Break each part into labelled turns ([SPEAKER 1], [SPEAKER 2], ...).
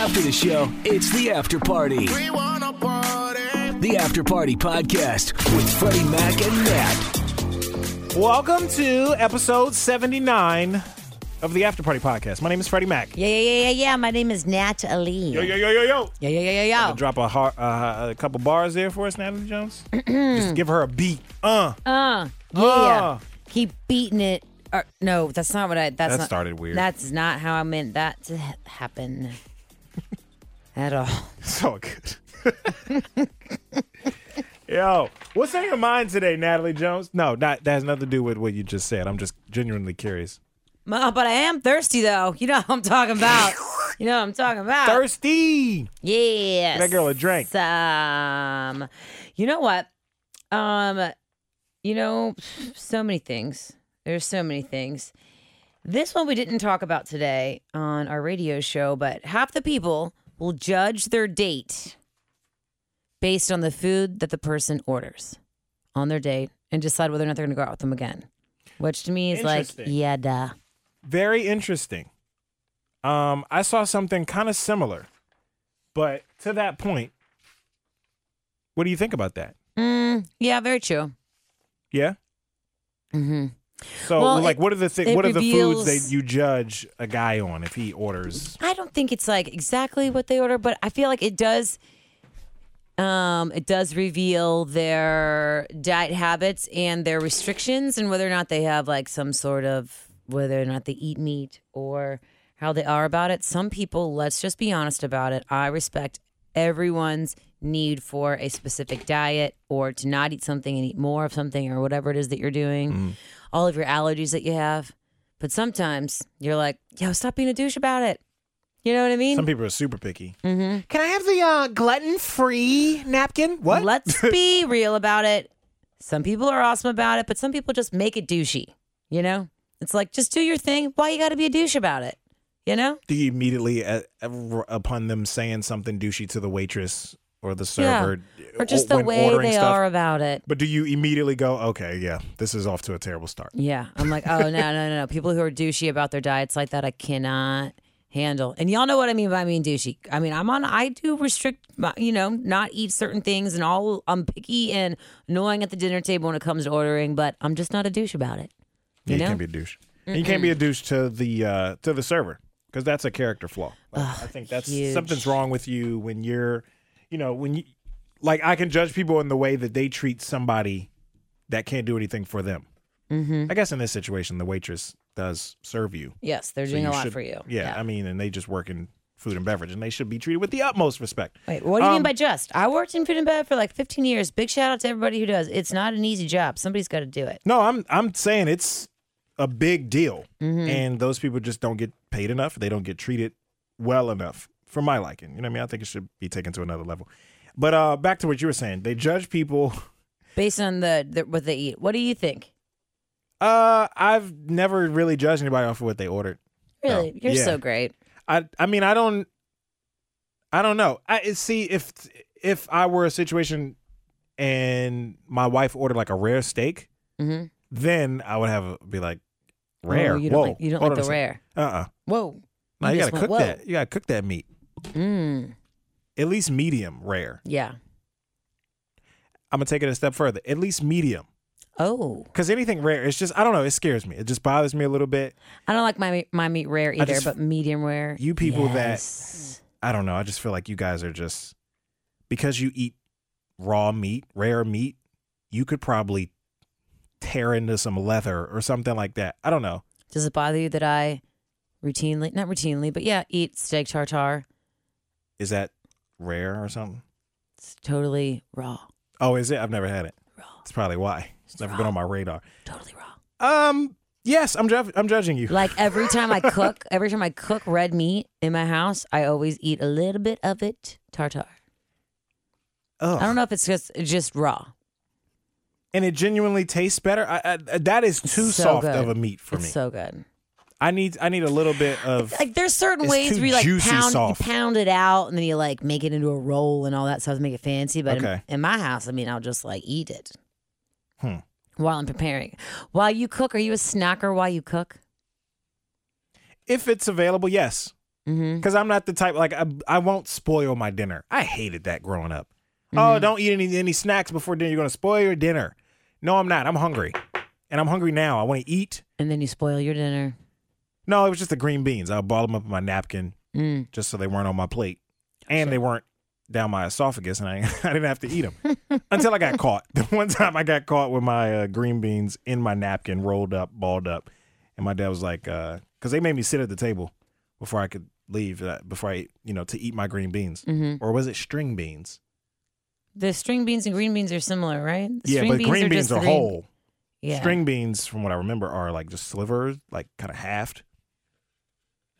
[SPEAKER 1] After the show, it's the after party.
[SPEAKER 2] We wanna party.
[SPEAKER 1] The After Party Podcast with Freddie Mac and Matt.
[SPEAKER 3] Welcome to episode 79 of the After Party Podcast. My name is Freddie Mac.
[SPEAKER 4] Yeah, yeah, yeah, yeah, yeah. My name is Natalie.
[SPEAKER 3] yo, yo, yo.
[SPEAKER 4] yeah, yeah, yeah, yeah. yeah.
[SPEAKER 3] Drop a, har- uh, a couple bars there for us, Natalie Jones. Just give her a beat. Uh,
[SPEAKER 4] Uh, yeah.
[SPEAKER 3] Ah.
[SPEAKER 4] Keep beating it. Or, no, that's not what I. That's
[SPEAKER 3] That
[SPEAKER 4] not,
[SPEAKER 3] started weird.
[SPEAKER 4] That's not how I meant that to ha- happen. At all.
[SPEAKER 3] so good. yo, what's on your mind today, Natalie Jones? No, not, that has nothing to do with what you just said. I'm just genuinely curious.
[SPEAKER 4] Ma, But I am thirsty though. You know what I'm talking about. You know what I'm talking about.
[SPEAKER 3] Thirsty.
[SPEAKER 4] Yes.
[SPEAKER 3] That girl a drink.
[SPEAKER 4] Um, you know what? Um, you know, so many things. There's so many things. This one we didn't talk about today on our radio show, but half the people will judge their date based on the food that the person orders on their date and decide whether or not they're going to go out with them again. Which to me is like,
[SPEAKER 3] Interesting.
[SPEAKER 4] yeah, duh.
[SPEAKER 3] very interesting. Um, I saw something kind of similar, but to that point, what do you think about that?
[SPEAKER 4] Mm, yeah, very true.
[SPEAKER 3] Yeah.
[SPEAKER 4] Mm-hmm.
[SPEAKER 3] So,
[SPEAKER 4] Well,
[SPEAKER 3] like,
[SPEAKER 4] it-
[SPEAKER 3] what are the thi-
[SPEAKER 4] it
[SPEAKER 3] what are the foods
[SPEAKER 4] reveals-
[SPEAKER 3] that you judge a guy on if he orders?
[SPEAKER 4] I don't think it's like exactly what they order, but I feel like it does. Um, it does reveal their diet habits and their restrictions, and whether or not they have like some sort of whether or not they eat meat or how they are about it. Some people, let's just be honest about it. I respect everyone's need for a specific diet or to not eat something and eat more of something or whatever it is that you're doing, all of your allergies that you have. But sometimes you're like, yo, stop being a douche about it. You know what I mean?
[SPEAKER 3] Some people are super picky. Mm-hmm. Can I have the uh, gluten free napkin? What?
[SPEAKER 4] Let's be real about it. Some people are awesome about it, but some people just make it douchey. You know? It's like, just do your thing. Why you got to be a douche about it? You know?
[SPEAKER 3] do you immediately uh, uh, upon them saying something douchey to the waitress or the server,
[SPEAKER 4] Or just
[SPEAKER 3] uh,
[SPEAKER 4] the
[SPEAKER 3] when
[SPEAKER 4] way
[SPEAKER 3] ordering
[SPEAKER 4] they
[SPEAKER 3] stuff?
[SPEAKER 4] are about it.
[SPEAKER 3] But do you immediately go, okay, yeah, this is off to a terrible start?
[SPEAKER 4] Yeah. I'm like, oh, no, no, no, no. People who are douchey about their diets like that, I cannot handle. And y'all know what I mean by being douchey. I mean, I'm on, I do restrict, my, you know, not eat certain things and all, I'm picky and annoying at the dinner table when it comes to ordering, but I'm just not a douche about it.
[SPEAKER 3] Yeah,
[SPEAKER 4] You
[SPEAKER 3] you,
[SPEAKER 4] know?
[SPEAKER 3] can't be a douche. And you can't be a douche to the uh, to the server because that's a character flaw. Like, I think that's
[SPEAKER 4] huge.
[SPEAKER 3] something's wrong with you when you're, you know, when you like I can judge people in the way that they treat somebody that can't do anything for them. Mm-hmm. I guess in this situation, the waitress does serve you.
[SPEAKER 4] Yes, they're
[SPEAKER 3] So
[SPEAKER 4] doing
[SPEAKER 3] you
[SPEAKER 4] a lot
[SPEAKER 3] should-
[SPEAKER 4] for you.
[SPEAKER 3] Yeah, I mean, and they just work in food and beverage, and they should be treated with the utmost respect.
[SPEAKER 4] Wait, what do you
[SPEAKER 3] Um,
[SPEAKER 4] mean by just? I worked in food and bev for like 15 years. Big shout out to everybody who does. It's not an easy job. Somebody's got to do it.
[SPEAKER 3] No, I'm I'm saying it's a big deal,
[SPEAKER 4] Mm-hmm.
[SPEAKER 3] and those people just don't get paid enough. They don't get treated well enough, for my liking. You know what I mean? I think it should be taken to another level. But uh, back to what you were saying, they judge people.
[SPEAKER 4] Based on the, the what they eat. What do you think?
[SPEAKER 3] Uh, I've never really judged anybody off of what they ordered.
[SPEAKER 4] Really?
[SPEAKER 3] No.
[SPEAKER 4] You're
[SPEAKER 3] Yeah.
[SPEAKER 4] so great.
[SPEAKER 3] I I mean I don't I don't know. I it- see if if I were a situation and my wife ordered like a rare steak,
[SPEAKER 4] Mhm.
[SPEAKER 3] then I would have a- be like rare.
[SPEAKER 4] Oh, you don't
[SPEAKER 3] Whoa,
[SPEAKER 4] like, you don't
[SPEAKER 3] hold
[SPEAKER 4] like
[SPEAKER 3] on
[SPEAKER 4] the
[SPEAKER 3] a second.
[SPEAKER 4] rare.
[SPEAKER 3] Uh-uh.
[SPEAKER 4] Whoa.
[SPEAKER 3] No, you,
[SPEAKER 4] just
[SPEAKER 3] gotta cook
[SPEAKER 4] went, "Whoa."
[SPEAKER 3] that. You gotta cook that meat.
[SPEAKER 4] Mm,
[SPEAKER 3] At least medium rare.
[SPEAKER 4] yeah.
[SPEAKER 3] I'm gonna take it a step further. At least medium,
[SPEAKER 4] Oh.
[SPEAKER 3] because anything rare, it's just I don't know. It scares me. It just bothers me a little bit.
[SPEAKER 4] I don't like my meat- my meat rare either,
[SPEAKER 3] just-
[SPEAKER 4] but medium rare.
[SPEAKER 3] You people that-
[SPEAKER 4] yes.
[SPEAKER 3] I don't know. I just feel like you guys are just because you eat raw meat, rare meat, you could probably tear into some leather or something like that. I don't know.
[SPEAKER 4] Does it bother you that I routinely, not routinely, but yeah, eat steak tartare?
[SPEAKER 3] Is that rare or something?
[SPEAKER 4] It's totally raw.
[SPEAKER 3] Oh, is it? I've never had it. That's probably why. It's never been
[SPEAKER 4] raw.
[SPEAKER 3] on my radar.
[SPEAKER 4] Totally raw.
[SPEAKER 3] Um. Yes, I'm. Ju- I'm judging you.
[SPEAKER 4] Like every time I cook, every time I cook red meat in my house, I always eat a little bit of it tartar.
[SPEAKER 3] Ugh.
[SPEAKER 4] I don't know if it's just just raw.
[SPEAKER 3] and it genuinely tastes better. I, I, that is too
[SPEAKER 4] so
[SPEAKER 3] soft
[SPEAKER 4] good.
[SPEAKER 3] of a meat for
[SPEAKER 4] it's
[SPEAKER 3] me.
[SPEAKER 4] so good.
[SPEAKER 3] I need I need a little bit of
[SPEAKER 4] Like there's certain
[SPEAKER 3] It's
[SPEAKER 4] ways
[SPEAKER 3] too
[SPEAKER 4] where you like
[SPEAKER 3] juicy
[SPEAKER 4] pound
[SPEAKER 3] soft.
[SPEAKER 4] you pound it out and then you like make it into a roll and all that stuff to make it fancy. But in-
[SPEAKER 3] Okay.
[SPEAKER 4] in, my house, I mean, I'll just like eat it
[SPEAKER 3] Hmm.
[SPEAKER 4] while I'm preparing. While you cook, are you a snacker while you cook?
[SPEAKER 3] if it's available. Yes,
[SPEAKER 4] Mm-hmm.
[SPEAKER 3] Because I'm not the type like I, I won't spoil my dinner. I hated that growing up. Oh,
[SPEAKER 4] Mm-hmm.
[SPEAKER 3] don't eat any any snacks before dinner. You're gonna spoil your dinner. No, I'm not. I'm hungry, and I'm hungry now. I want to eat.
[SPEAKER 4] And then you spoil your dinner.
[SPEAKER 3] No, it was just the green beans. I balled them up in my napkin
[SPEAKER 4] Mm.
[SPEAKER 3] just so they weren't on my plate, and they weren't down my esophagus, and I, I didn't have to eat them until I got caught. The one time I got caught with my uh, green beans in my napkin, rolled up, balled up, and my dad was like, because they made me sit at the table before I could leave, uh, before I you know to eat my green beans,
[SPEAKER 4] Mm-hmm.
[SPEAKER 3] or was it string beans?
[SPEAKER 4] The string beans and green beans are similar, right? The
[SPEAKER 3] yeah,
[SPEAKER 4] string
[SPEAKER 3] but green
[SPEAKER 4] just
[SPEAKER 3] beans
[SPEAKER 4] the
[SPEAKER 3] are
[SPEAKER 4] green-
[SPEAKER 3] whole.
[SPEAKER 4] Yeah.
[SPEAKER 3] String beans, from what I remember, are like just slivers, like kind of halved.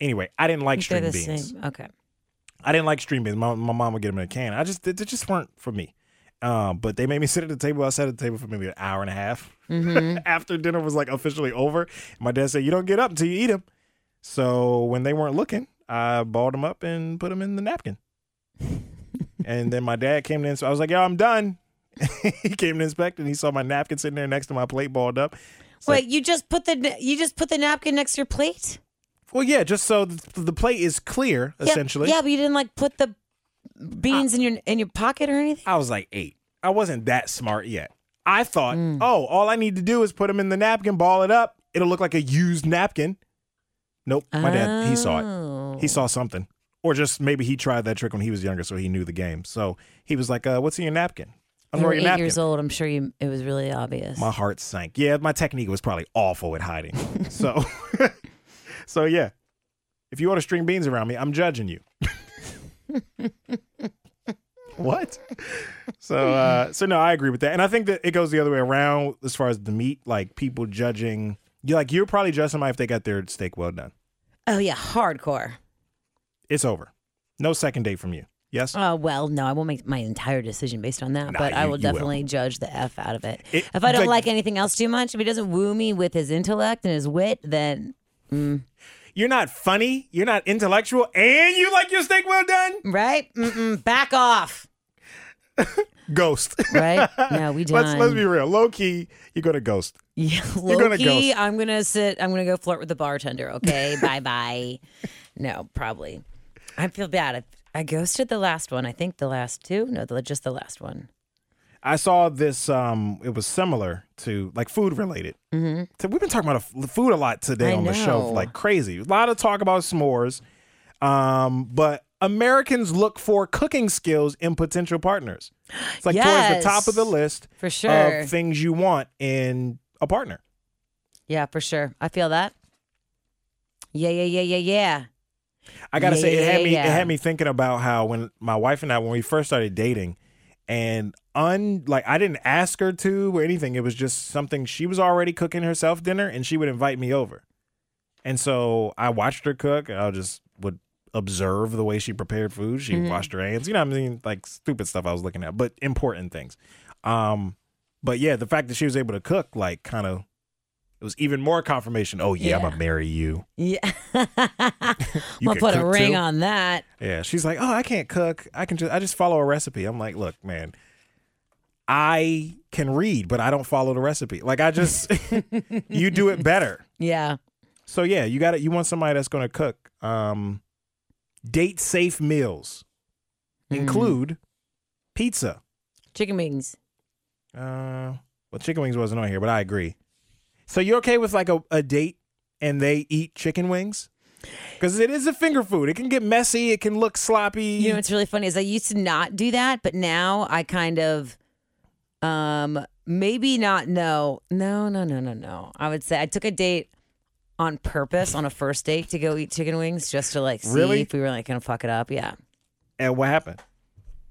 [SPEAKER 3] Anyway, I didn't like
[SPEAKER 4] They're
[SPEAKER 3] string
[SPEAKER 4] the
[SPEAKER 3] beans.
[SPEAKER 4] same. Okay.
[SPEAKER 3] I didn't like string beans. My, my mom would get them in a can. I just they, they just weren't for me. Um, but they made me sit at the table. I sat at the table for maybe an hour and a half
[SPEAKER 4] Mm-hmm.
[SPEAKER 3] after dinner was like officially over. My dad said, "You don't get up until you eat them." So when they weren't looking, I balled them up and put them in the napkin. and then my dad came in, so I was like, "Yo, I'm done." he came to inspect, and he saw my napkin sitting there next to my plate, balled up.
[SPEAKER 4] Wait, you just put the you just put the napkin next to your plate?
[SPEAKER 3] Well, yeah, just so the, the plate is clear,
[SPEAKER 4] Yeah,
[SPEAKER 3] essentially. Uh,
[SPEAKER 4] Yeah, but you didn't like put the beans in your in your pocket or anything.
[SPEAKER 3] I was like eight. I wasn't that smart yet. I thought,
[SPEAKER 4] Mm.
[SPEAKER 3] oh, all I need to do is put them in the napkin, ball it up. It'll look like a used napkin. Nope. My dad, he saw it. He
[SPEAKER 4] Oh.
[SPEAKER 3] saw something. Or just maybe he tried that trick when he was younger, so he knew the game. So he was like, uh, what's in your napkin?
[SPEAKER 4] You were
[SPEAKER 3] Unroll
[SPEAKER 4] eight
[SPEAKER 3] your napkin.
[SPEAKER 4] years old. I'm sure you, it was really obvious.
[SPEAKER 3] My heart sank. Yeah, my technique was probably awful at hiding. so, so yeah. If you order string beans around me, I'm judging you. what? So, uh, so no, I agree with that, and I think that it goes the other way around as far as the meat. Like people judging you, like you're probably judging somebody if they got their steak well done.
[SPEAKER 4] oh yeah, hardcore.
[SPEAKER 3] It's over. No second date from you. Yes.
[SPEAKER 4] Uh, well, no, I won't make my entire decision based on that,
[SPEAKER 3] Nah,
[SPEAKER 4] but I
[SPEAKER 3] you-
[SPEAKER 4] will
[SPEAKER 3] you will.
[SPEAKER 4] definitely judge the f out of it.
[SPEAKER 3] It-
[SPEAKER 4] If I don't
[SPEAKER 3] like-
[SPEAKER 4] like anything else too much, if he doesn't woo me with his intellect and his wit, then
[SPEAKER 3] You're not funny. You're not intellectual, and you like your steak well done.
[SPEAKER 4] right, Mm-mm, back off.
[SPEAKER 3] Ghost.
[SPEAKER 4] Right? No, we done.
[SPEAKER 3] let's let's be real. Low key, you go to ghost.
[SPEAKER 4] Yeah,
[SPEAKER 3] You're gonna
[SPEAKER 4] Loki,
[SPEAKER 3] ghost.
[SPEAKER 4] I'm gonna sit. I'm gonna go flirt with the bartender. Okay, bye bye. No, probably. I feel bad. I, I ghosted the last one. I think the last two. No, the, just the last one.
[SPEAKER 3] I saw this. Um, it was similar to like food related. Mm-hmm. So we've been talking about f- food a lot today
[SPEAKER 4] I
[SPEAKER 3] on the
[SPEAKER 4] know.
[SPEAKER 3] show, like crazy. A lot of talk about s'mores, um, but Americans look for cooking skills in potential partners. It's like towards
[SPEAKER 4] Yes.
[SPEAKER 3] the top of the list
[SPEAKER 4] For sure.
[SPEAKER 3] of things you want in a partner.
[SPEAKER 4] Yeah, for sure. I feel that. Yeah, yeah, yeah, yeah, yeah.
[SPEAKER 3] I gotta say, it had me.
[SPEAKER 4] Yeah.
[SPEAKER 3] It had me thinking about how when my wife and I, when we first started dating, and un like I didn't ask her to or anything. It was just something she was already cooking herself dinner, and she would invite me over. And so I watched her cook. and I just would observe the way she prepared food. She
[SPEAKER 4] Mm-hmm.
[SPEAKER 3] washed her hands. You know, what I mean, like stupid stuff I was looking at, but important things. Um, but yeah, the fact that she was able to cook, like, kind of, it was even more confirmation. Oh yeah, I'm
[SPEAKER 4] Yeah.
[SPEAKER 3] gonna marry you.
[SPEAKER 4] Yeah. I'm gonna
[SPEAKER 3] could
[SPEAKER 4] put a
[SPEAKER 3] cook,
[SPEAKER 4] ring
[SPEAKER 3] too.
[SPEAKER 4] on that.
[SPEAKER 3] Yeah, she's like, "Oh, I can't cook. I can just I just follow a recipe." I'm like, "Look, man, I can read, but I don't follow the recipe. Like I just you do it better."
[SPEAKER 4] Yeah.
[SPEAKER 3] So yeah, you got to you want somebody that's going to cook um date safe meals
[SPEAKER 4] Mm-hmm.
[SPEAKER 3] include pizza.
[SPEAKER 4] Chicken wings.
[SPEAKER 3] Uh, well, chicken wings wasn't on here, but I agree. So you okay with like a, a date and they eat chicken wings? Because it is a finger food. It can get messy. It can look sloppy.
[SPEAKER 4] You know what's really funny is I used to not do that, but now I kind of um maybe not no. No, no, no, no, no. I would say I took a date on purpose on a first date to go eat chicken wings just to like see
[SPEAKER 3] Really?
[SPEAKER 4] if we were like gonna fuck it up. Yeah.
[SPEAKER 3] And what happened?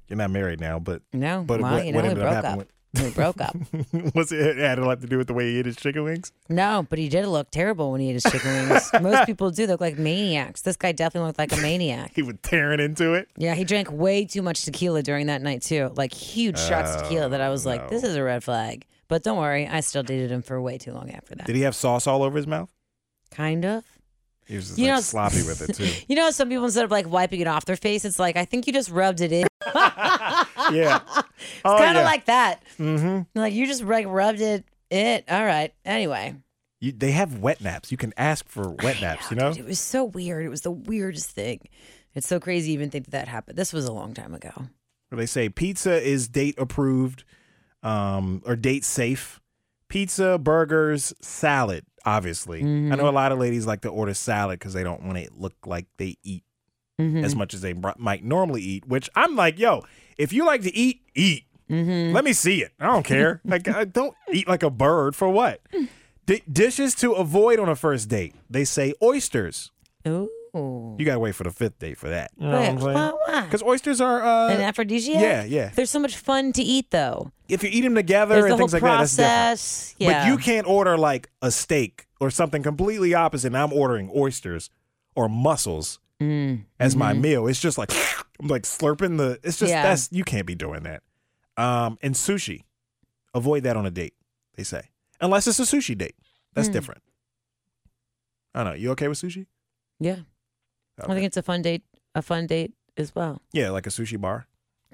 [SPEAKER 3] You're not married now, but
[SPEAKER 4] No.
[SPEAKER 3] But
[SPEAKER 4] well,
[SPEAKER 3] what-
[SPEAKER 4] you know,
[SPEAKER 3] what
[SPEAKER 4] we
[SPEAKER 3] ended up
[SPEAKER 4] broke up.
[SPEAKER 3] happening
[SPEAKER 4] We broke up.
[SPEAKER 3] was it, it had a lot to do with the way he ate his chicken wings?
[SPEAKER 4] No, but he did look terrible when he ate his chicken wings. Most people do they look like maniacs. This guy definitely looked like a maniac.
[SPEAKER 3] He was tearing into it.
[SPEAKER 4] Yeah, he drank way too much tequila during that night too. Like huge shots of tequila that I was
[SPEAKER 3] Oh,
[SPEAKER 4] like, this is a red flag. But don't worry, I still dated him for way too long after that.
[SPEAKER 3] Did he have sauce all over his mouth?
[SPEAKER 4] kind of.
[SPEAKER 3] He was just
[SPEAKER 4] You
[SPEAKER 3] like
[SPEAKER 4] know-
[SPEAKER 3] sloppy with it too.
[SPEAKER 4] You know, how some people instead of like wiping it off their face, it's like I think you just rubbed it in. It's
[SPEAKER 3] yeah. Oh,
[SPEAKER 4] kind of
[SPEAKER 3] yeah.
[SPEAKER 4] like that.
[SPEAKER 3] Mm-hmm.
[SPEAKER 4] Like you just like rubbed it. It. All right. Anyway,
[SPEAKER 3] You, they have wet naps. You can ask for wet naps. You know,
[SPEAKER 4] It was so weird. It was the weirdest thing. It's so crazy to even think that that happened. This was a long time ago.
[SPEAKER 3] where they say pizza is date approved, um, or date safe. Pizza, burgers, salad. Obviously, I know a lot of ladies like to order salad because they don't want to look like they eat as much as they br- might normally eat. Which I'm like, yo, if you like to eat, eat. Let me see it. I don't care. like, I don't eat like a bird for what? D- dishes to avoid on a first date. They say oysters.
[SPEAKER 4] Ooh.
[SPEAKER 3] You gotta wait for the fifth date for that. You know
[SPEAKER 4] Wait,
[SPEAKER 3] what
[SPEAKER 4] why-
[SPEAKER 3] I'm
[SPEAKER 4] why?
[SPEAKER 3] saying? Because oysters are uh,
[SPEAKER 4] An aphrodisiac?
[SPEAKER 3] yeah, yeah.
[SPEAKER 4] They're so much fun to eat, though.
[SPEAKER 3] if you eat them together
[SPEAKER 4] There's
[SPEAKER 3] and
[SPEAKER 4] the whole
[SPEAKER 3] things like that, that's different.
[SPEAKER 4] process. yeah.
[SPEAKER 3] But you can't order like a steak or something completely opposite. And I'm ordering oysters or mussels
[SPEAKER 4] Mm.
[SPEAKER 3] as my meal. It's just like I'm like slurping the. It's just
[SPEAKER 4] Mm-hmm. Yeah.
[SPEAKER 3] that's you can't be doing that. Um, and sushi, avoid that on a date. They say unless it's a sushi date, that's
[SPEAKER 4] Hmm.
[SPEAKER 3] different. I don't know. You okay with sushi?
[SPEAKER 4] Yeah. I
[SPEAKER 3] Okay.
[SPEAKER 4] think it's a fun date. A fun date as well.
[SPEAKER 3] Yeah, like a sushi bar.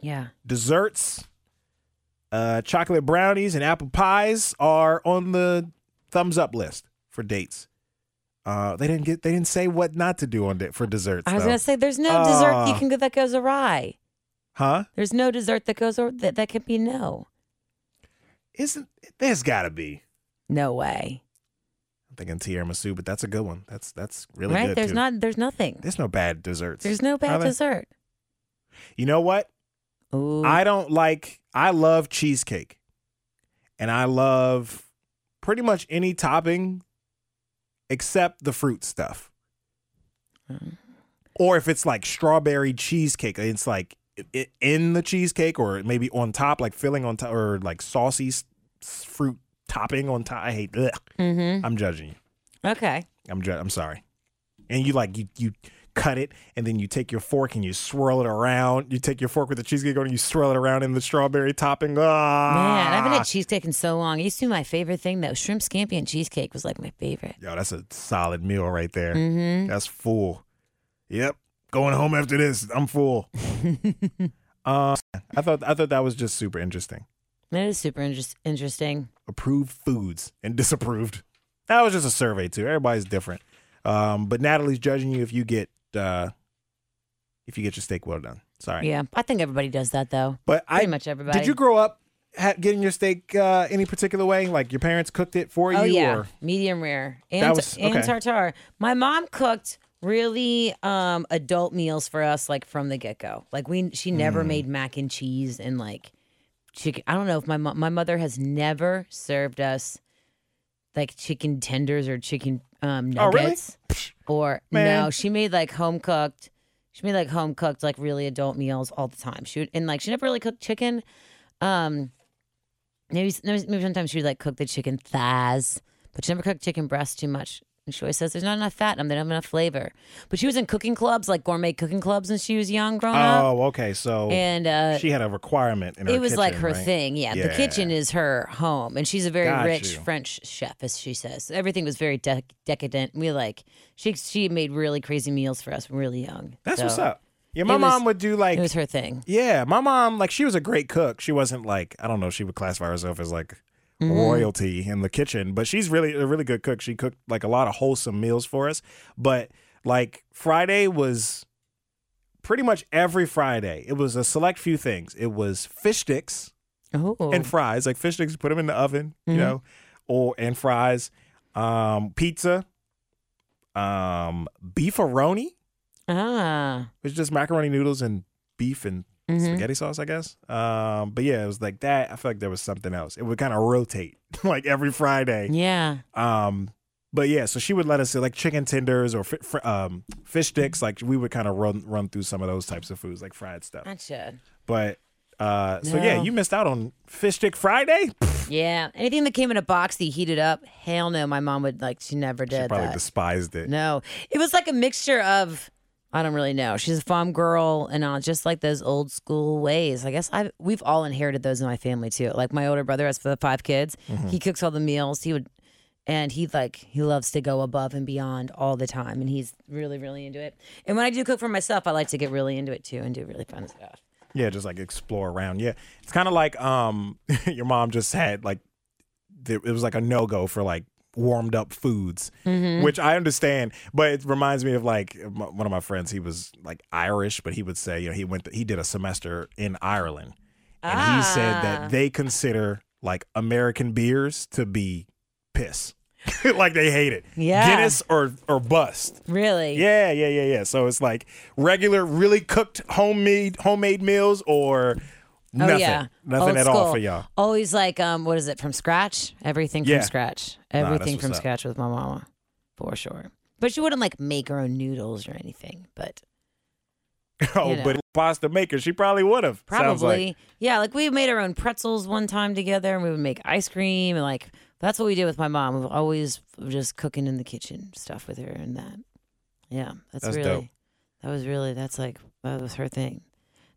[SPEAKER 4] Yeah.
[SPEAKER 3] desserts, uh, chocolate brownies, and apple pies are on the thumbs up list for dates. Uh, they didn't get. They didn't say what not to do on da- for desserts.
[SPEAKER 4] I was
[SPEAKER 3] though.
[SPEAKER 4] gonna say, there's no dessert you
[SPEAKER 3] Ah.
[SPEAKER 4] can go that goes awry.
[SPEAKER 3] huh?
[SPEAKER 4] There's no dessert that goes or that that can be no.
[SPEAKER 3] Isn't there's got to be?
[SPEAKER 4] No way.
[SPEAKER 3] I'm thinking tiramisu, but that's a good one. That's that's really
[SPEAKER 4] right?
[SPEAKER 3] good.
[SPEAKER 4] There's
[SPEAKER 3] too.
[SPEAKER 4] not. There's nothing.
[SPEAKER 3] There's no bad desserts.
[SPEAKER 4] There's no
[SPEAKER 3] Are
[SPEAKER 4] bad
[SPEAKER 3] there?
[SPEAKER 4] dessert.
[SPEAKER 3] You know what?
[SPEAKER 4] Ooh.
[SPEAKER 3] I don't like. I love cheesecake, and I love pretty much any topping except the fruit stuff.
[SPEAKER 4] Mm.
[SPEAKER 3] Or if it's like strawberry cheesecake, it's like i- in the cheesecake, or maybe on top, like filling on top, or like saucy s- s- fruit topping on top. I hate. Ugh.
[SPEAKER 4] mm-hmm.
[SPEAKER 3] I'm judging you.
[SPEAKER 4] Okay.
[SPEAKER 3] I'm ju- I'm sorry. And you like you you cut it and then you take your fork and you swirl it around. You take your fork with the cheesecake on and you swirl it around in the strawberry topping. Ah,
[SPEAKER 4] Man, I haven't had cheesecake in so long. It used to be my favorite thing though. Shrimp scampi and cheesecake was like my favorite.
[SPEAKER 3] Yo, that's a solid meal right there.
[SPEAKER 4] Mm-hmm.
[SPEAKER 3] That's full. Yep. Going home after this. I'm full. uh, I thought I thought that was just super interesting.
[SPEAKER 4] That is super interest- interesting.
[SPEAKER 3] Approved foods and disapproved. That was just a survey too. Everybody's different. Um, but Natalie's judging you if you get uh, if you get your steak well done. Sorry.
[SPEAKER 4] Yeah, I think everybody does that though.
[SPEAKER 3] But I
[SPEAKER 4] Pretty much everybody.
[SPEAKER 3] Did you grow up ha- getting your steak uh, any particular way? Like your parents cooked it for
[SPEAKER 4] Oh
[SPEAKER 3] you?
[SPEAKER 4] yeah,
[SPEAKER 3] Or,
[SPEAKER 4] medium rare and
[SPEAKER 3] That was-
[SPEAKER 4] and
[SPEAKER 3] okay.
[SPEAKER 4] tartare. My mom cooked really um adult meals for us like from the get go. Like we she never
[SPEAKER 3] Mm.
[SPEAKER 4] made mac and cheese and like chicken. I don't know if my mo- my mother has never served us like chicken tenders or chicken um
[SPEAKER 3] Oh, really?
[SPEAKER 4] nuggets or no
[SPEAKER 3] Man.
[SPEAKER 4] she made like home cooked. She made like home cooked like really adult meals all the time. She would, and like she never really cooked chicken. Um, maybe maybe sometimes she would like cook the chicken thighs, but she never cooked chicken breasts too much. And she always says there's not enough fat in them, they don't have enough flavor. But she was in cooking clubs, like gourmet cooking clubs, when she was young, growing up,
[SPEAKER 3] Oh, okay. So
[SPEAKER 4] Uh-huh. and uh,
[SPEAKER 3] she had a requirement in her
[SPEAKER 4] it was like
[SPEAKER 3] kitchen,
[SPEAKER 4] her
[SPEAKER 3] right?
[SPEAKER 4] thing. Yeah, the kitchen is her home, and she's a very
[SPEAKER 3] Got
[SPEAKER 4] rich
[SPEAKER 3] you.
[SPEAKER 4] French chef, as she says. Everything was very dec decadent. We like she she made really crazy meals for us when we were young.
[SPEAKER 3] That's
[SPEAKER 4] So
[SPEAKER 3] what's up. Yeah, my
[SPEAKER 4] it was-
[SPEAKER 3] mom would do like
[SPEAKER 4] It was her thing.
[SPEAKER 3] Yeah, my mom, like, she was a great cook. She wasn't like, I don't know, she would classify herself as like
[SPEAKER 4] Mm-hmm.
[SPEAKER 3] royalty in the kitchen, but she's really a really good cook. She cooked like a lot of wholesome meals for us. But like, Friday was pretty much every Friday, it was a select few things. It was fish sticks
[SPEAKER 4] Oh,
[SPEAKER 3] and fries, like fish sticks, put them in the oven,
[SPEAKER 4] Mm-hmm.
[SPEAKER 3] you know, or and fries, um, pizza, um, beefaroni
[SPEAKER 4] ah,
[SPEAKER 3] it was just macaroni noodles and beef and
[SPEAKER 4] Mhm.
[SPEAKER 3] spaghetti sauce, I guess. Um, but yeah, it was like that. I feel like there was something else. It would kind of rotate like every Friday.
[SPEAKER 4] yeah.
[SPEAKER 3] Um, but yeah, so she would let us like chicken tenders or fi- fr- um, fish
[SPEAKER 4] Mm-hmm.
[SPEAKER 3] sticks. Like we would kind of run run through some of those types of foods, like fried stuff.
[SPEAKER 4] Gotcha.
[SPEAKER 3] But uh, so yeah,
[SPEAKER 4] No.
[SPEAKER 3] you missed out on fish stick Friday.
[SPEAKER 4] Yeah. Anything that came in a box that you heated up, hell no. My mom would like, she never did.
[SPEAKER 3] she probably
[SPEAKER 4] that.
[SPEAKER 3] despised it.
[SPEAKER 4] no. It was like a mixture of, I don't really know. She's a farm girl and all, just like those old school ways. I guess I've, we've all inherited those in my family too. Like my older brother has for the five kids. He cooks all the meals. He would, and he like, he loves to go above and beyond all the time. And he's really, really into it. And when I do cook for myself, I like to get really into it too and do really fun stuff.
[SPEAKER 3] Yeah, just like explore around. Yeah, it's kind of like um, your mom just had like th- it was like a no go for like warmed up foods,
[SPEAKER 4] Mm-hmm.
[SPEAKER 3] which I understand. But it reminds me of like m- one of my friends. He was like Irish, but he would say, you know, he went he did a semester in Ireland, and he said
[SPEAKER 4] Ah.
[SPEAKER 3] that they consider like American beers to be piss. like they hate it.
[SPEAKER 4] Yeah.
[SPEAKER 3] Guinness or or bust.
[SPEAKER 4] Really?
[SPEAKER 3] Yeah, yeah, yeah, yeah. So it's like regular, really cooked homemade homemade meals or
[SPEAKER 4] Oh
[SPEAKER 3] nothing,
[SPEAKER 4] yeah.
[SPEAKER 3] nothing
[SPEAKER 4] Old
[SPEAKER 3] at
[SPEAKER 4] school.
[SPEAKER 3] all for y'all.
[SPEAKER 4] Always like um, what is it from scratch? Everything
[SPEAKER 3] Yeah.
[SPEAKER 4] from scratch.
[SPEAKER 3] Nah, that's
[SPEAKER 4] Everything from
[SPEAKER 3] what's up.
[SPEAKER 4] scratch with my mama, for sure. But she wouldn't like make her own noodles or anything. But
[SPEAKER 3] Oh,
[SPEAKER 4] know.
[SPEAKER 3] but pasta maker, she probably would have. Sounds
[SPEAKER 4] probably,
[SPEAKER 3] like.
[SPEAKER 4] yeah. Like we made our own pretzels one time together, and we would make ice cream, and like that's what we did with my mom. We've always just cooking in the kitchen stuff with her and that. Yeah, that's,
[SPEAKER 3] That's
[SPEAKER 4] really.
[SPEAKER 3] dope.
[SPEAKER 4] That was really. That's like that was her thing.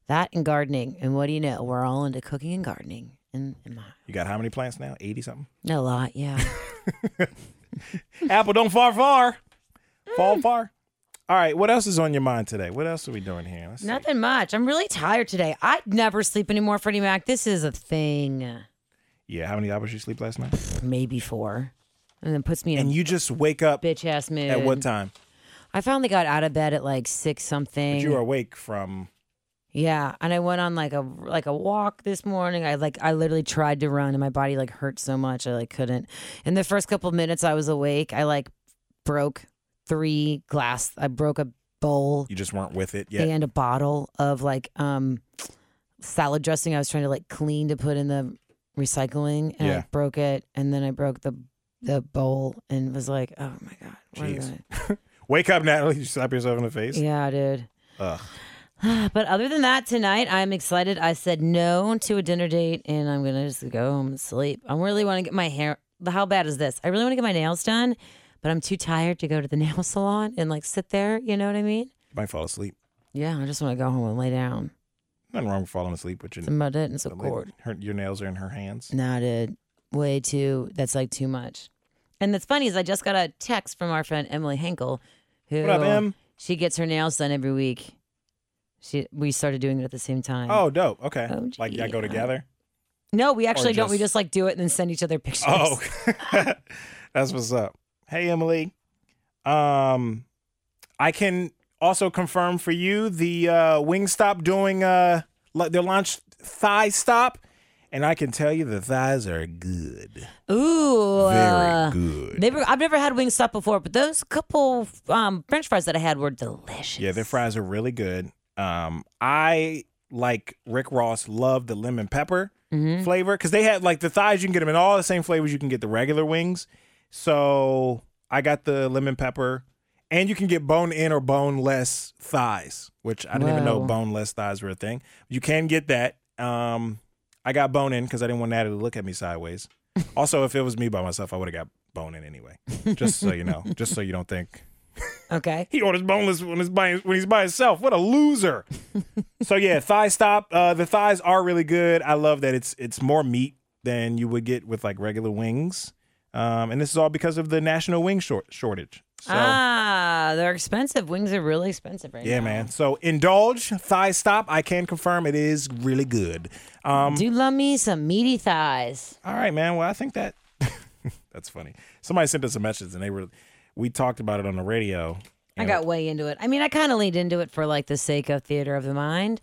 [SPEAKER 4] That and gardening, and what do you know? We're all into cooking and gardening. And, and my,
[SPEAKER 3] You got how many plants now? Eighty something.
[SPEAKER 4] a lot, yeah.
[SPEAKER 3] Apple don't far far,
[SPEAKER 4] Mm.
[SPEAKER 3] fall far. All right, what else is on your mind today? What else are we doing here? Let's see.
[SPEAKER 4] Nothing much. I'm really tired today. I never sleep anymore, Freddie Mac. This is a thing.
[SPEAKER 3] Yeah, how many hours you sleep last night?
[SPEAKER 4] Maybe four. And then puts me in
[SPEAKER 3] And
[SPEAKER 4] a
[SPEAKER 3] you just wake up
[SPEAKER 4] bitch ass mood.
[SPEAKER 3] at what time?
[SPEAKER 4] I finally got out of bed at like six something.
[SPEAKER 3] But you were awake from.
[SPEAKER 4] yeah. And I went on like a like a walk this morning. I like I literally tried to run and my body like hurt so much I like couldn't. In the first couple of minutes I was awake, I like broke three glass I broke a bowl
[SPEAKER 3] You just weren't with it yet.
[SPEAKER 4] and a bottle of like um salad dressing I was trying to like clean to put in the recycling and
[SPEAKER 3] Yeah.
[SPEAKER 4] I broke it and then I broke the the bowl and was like, Oh my god. what did
[SPEAKER 3] Jeez. Wake up, Natalie. You slap yourself in the face.
[SPEAKER 4] I-" Yeah, dude.
[SPEAKER 3] Ugh.
[SPEAKER 4] But other than that, tonight I'm excited. I said no to a dinner date and I'm gonna just go home and sleep. I really wanna get my hair how bad is this? I really wanna get my nails done, but I'm too tired to go to the nail salon and like sit there, you know what I mean?
[SPEAKER 3] Might fall asleep.
[SPEAKER 4] Yeah, I just wanna go home and lay down.
[SPEAKER 3] Nothing wrong with falling asleep, but you
[SPEAKER 4] It's about it and so
[SPEAKER 3] the lady-
[SPEAKER 4] bored.
[SPEAKER 3] Her, your nails are in her hands.
[SPEAKER 4] No, dude. Way too. That's like too much. And that's funny is I just got a text from our friend Emily Henkel, who
[SPEAKER 3] What up, Em?
[SPEAKER 4] she gets her nails done every week. She we started doing it at the same time.
[SPEAKER 3] Oh, dope. Okay.
[SPEAKER 4] Oh,
[SPEAKER 3] like y'all
[SPEAKER 4] yeah.
[SPEAKER 3] go together.
[SPEAKER 4] no, we actually don't. We
[SPEAKER 3] just-
[SPEAKER 4] just like do it and then send each other pictures.
[SPEAKER 3] Oh, that's what's up. Hey, Emily. Um, I can also confirm for you the uh, Wingstop doing uh la- their launch thigh stop, and I can tell you the thighs are good,
[SPEAKER 4] ooh,
[SPEAKER 3] very
[SPEAKER 4] uh,
[SPEAKER 3] good.
[SPEAKER 4] Never, I've never had Wingstop before, but those couple um, French fries that I had were delicious.
[SPEAKER 3] Yeah, their fries are really good. Um, I like Rick Ross love the lemon pepper flavor because they had like the thighs. You can get them in all the same flavors. You can get the regular wings. So I got the lemon pepper, and you can get bone in or boneless thighs, which I didn't even know
[SPEAKER 4] Wow.
[SPEAKER 3] boneless thighs were a thing. You can get that. Um, I got bone in because I didn't want Natalie to look at me sideways. also, if it was me by myself, I would have got bone in anyway. Just so you know, just so you don't think
[SPEAKER 4] Okay.
[SPEAKER 3] he orders boneless when he's by when he's by himself. What a loser! so yeah, thigh stop. Uh, the thighs are really good. I love that it's it's more meat than you would get with like regular wings. Um, and this is all because of the national wing short- shortage. So
[SPEAKER 4] Ah, they're expensive. Wings are really expensive right now.
[SPEAKER 3] yeah, man. So indulge thigh stop. I can confirm it is really good. Um,
[SPEAKER 4] Do love me some meaty thighs.
[SPEAKER 3] all right, man. Well, I think that that's funny. Somebody sent us a message and they were we talked about it on the radio.
[SPEAKER 4] I got way into it. I mean, I kind of leaned into it for like the sake of theater of the mind,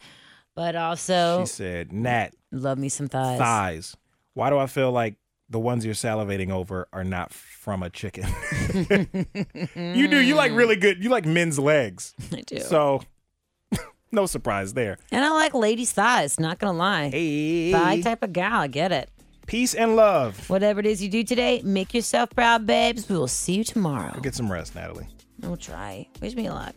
[SPEAKER 4] but also
[SPEAKER 3] She said, Nat.
[SPEAKER 4] love me some thighs.
[SPEAKER 3] thighs. Why do I feel like the ones you're salivating over are not from a chicken? you do. You like really good. You like men's legs.
[SPEAKER 4] I do.
[SPEAKER 3] So, no surprise there.
[SPEAKER 4] and I like ladies' thighs, not gonna lie. Thigh type of gal, I get it.
[SPEAKER 3] Peace and love.
[SPEAKER 4] Whatever it is you do today, make yourself proud, babes. We will see you tomorrow.
[SPEAKER 3] Get some rest, Natalie.
[SPEAKER 4] I'll try. Wish me luck.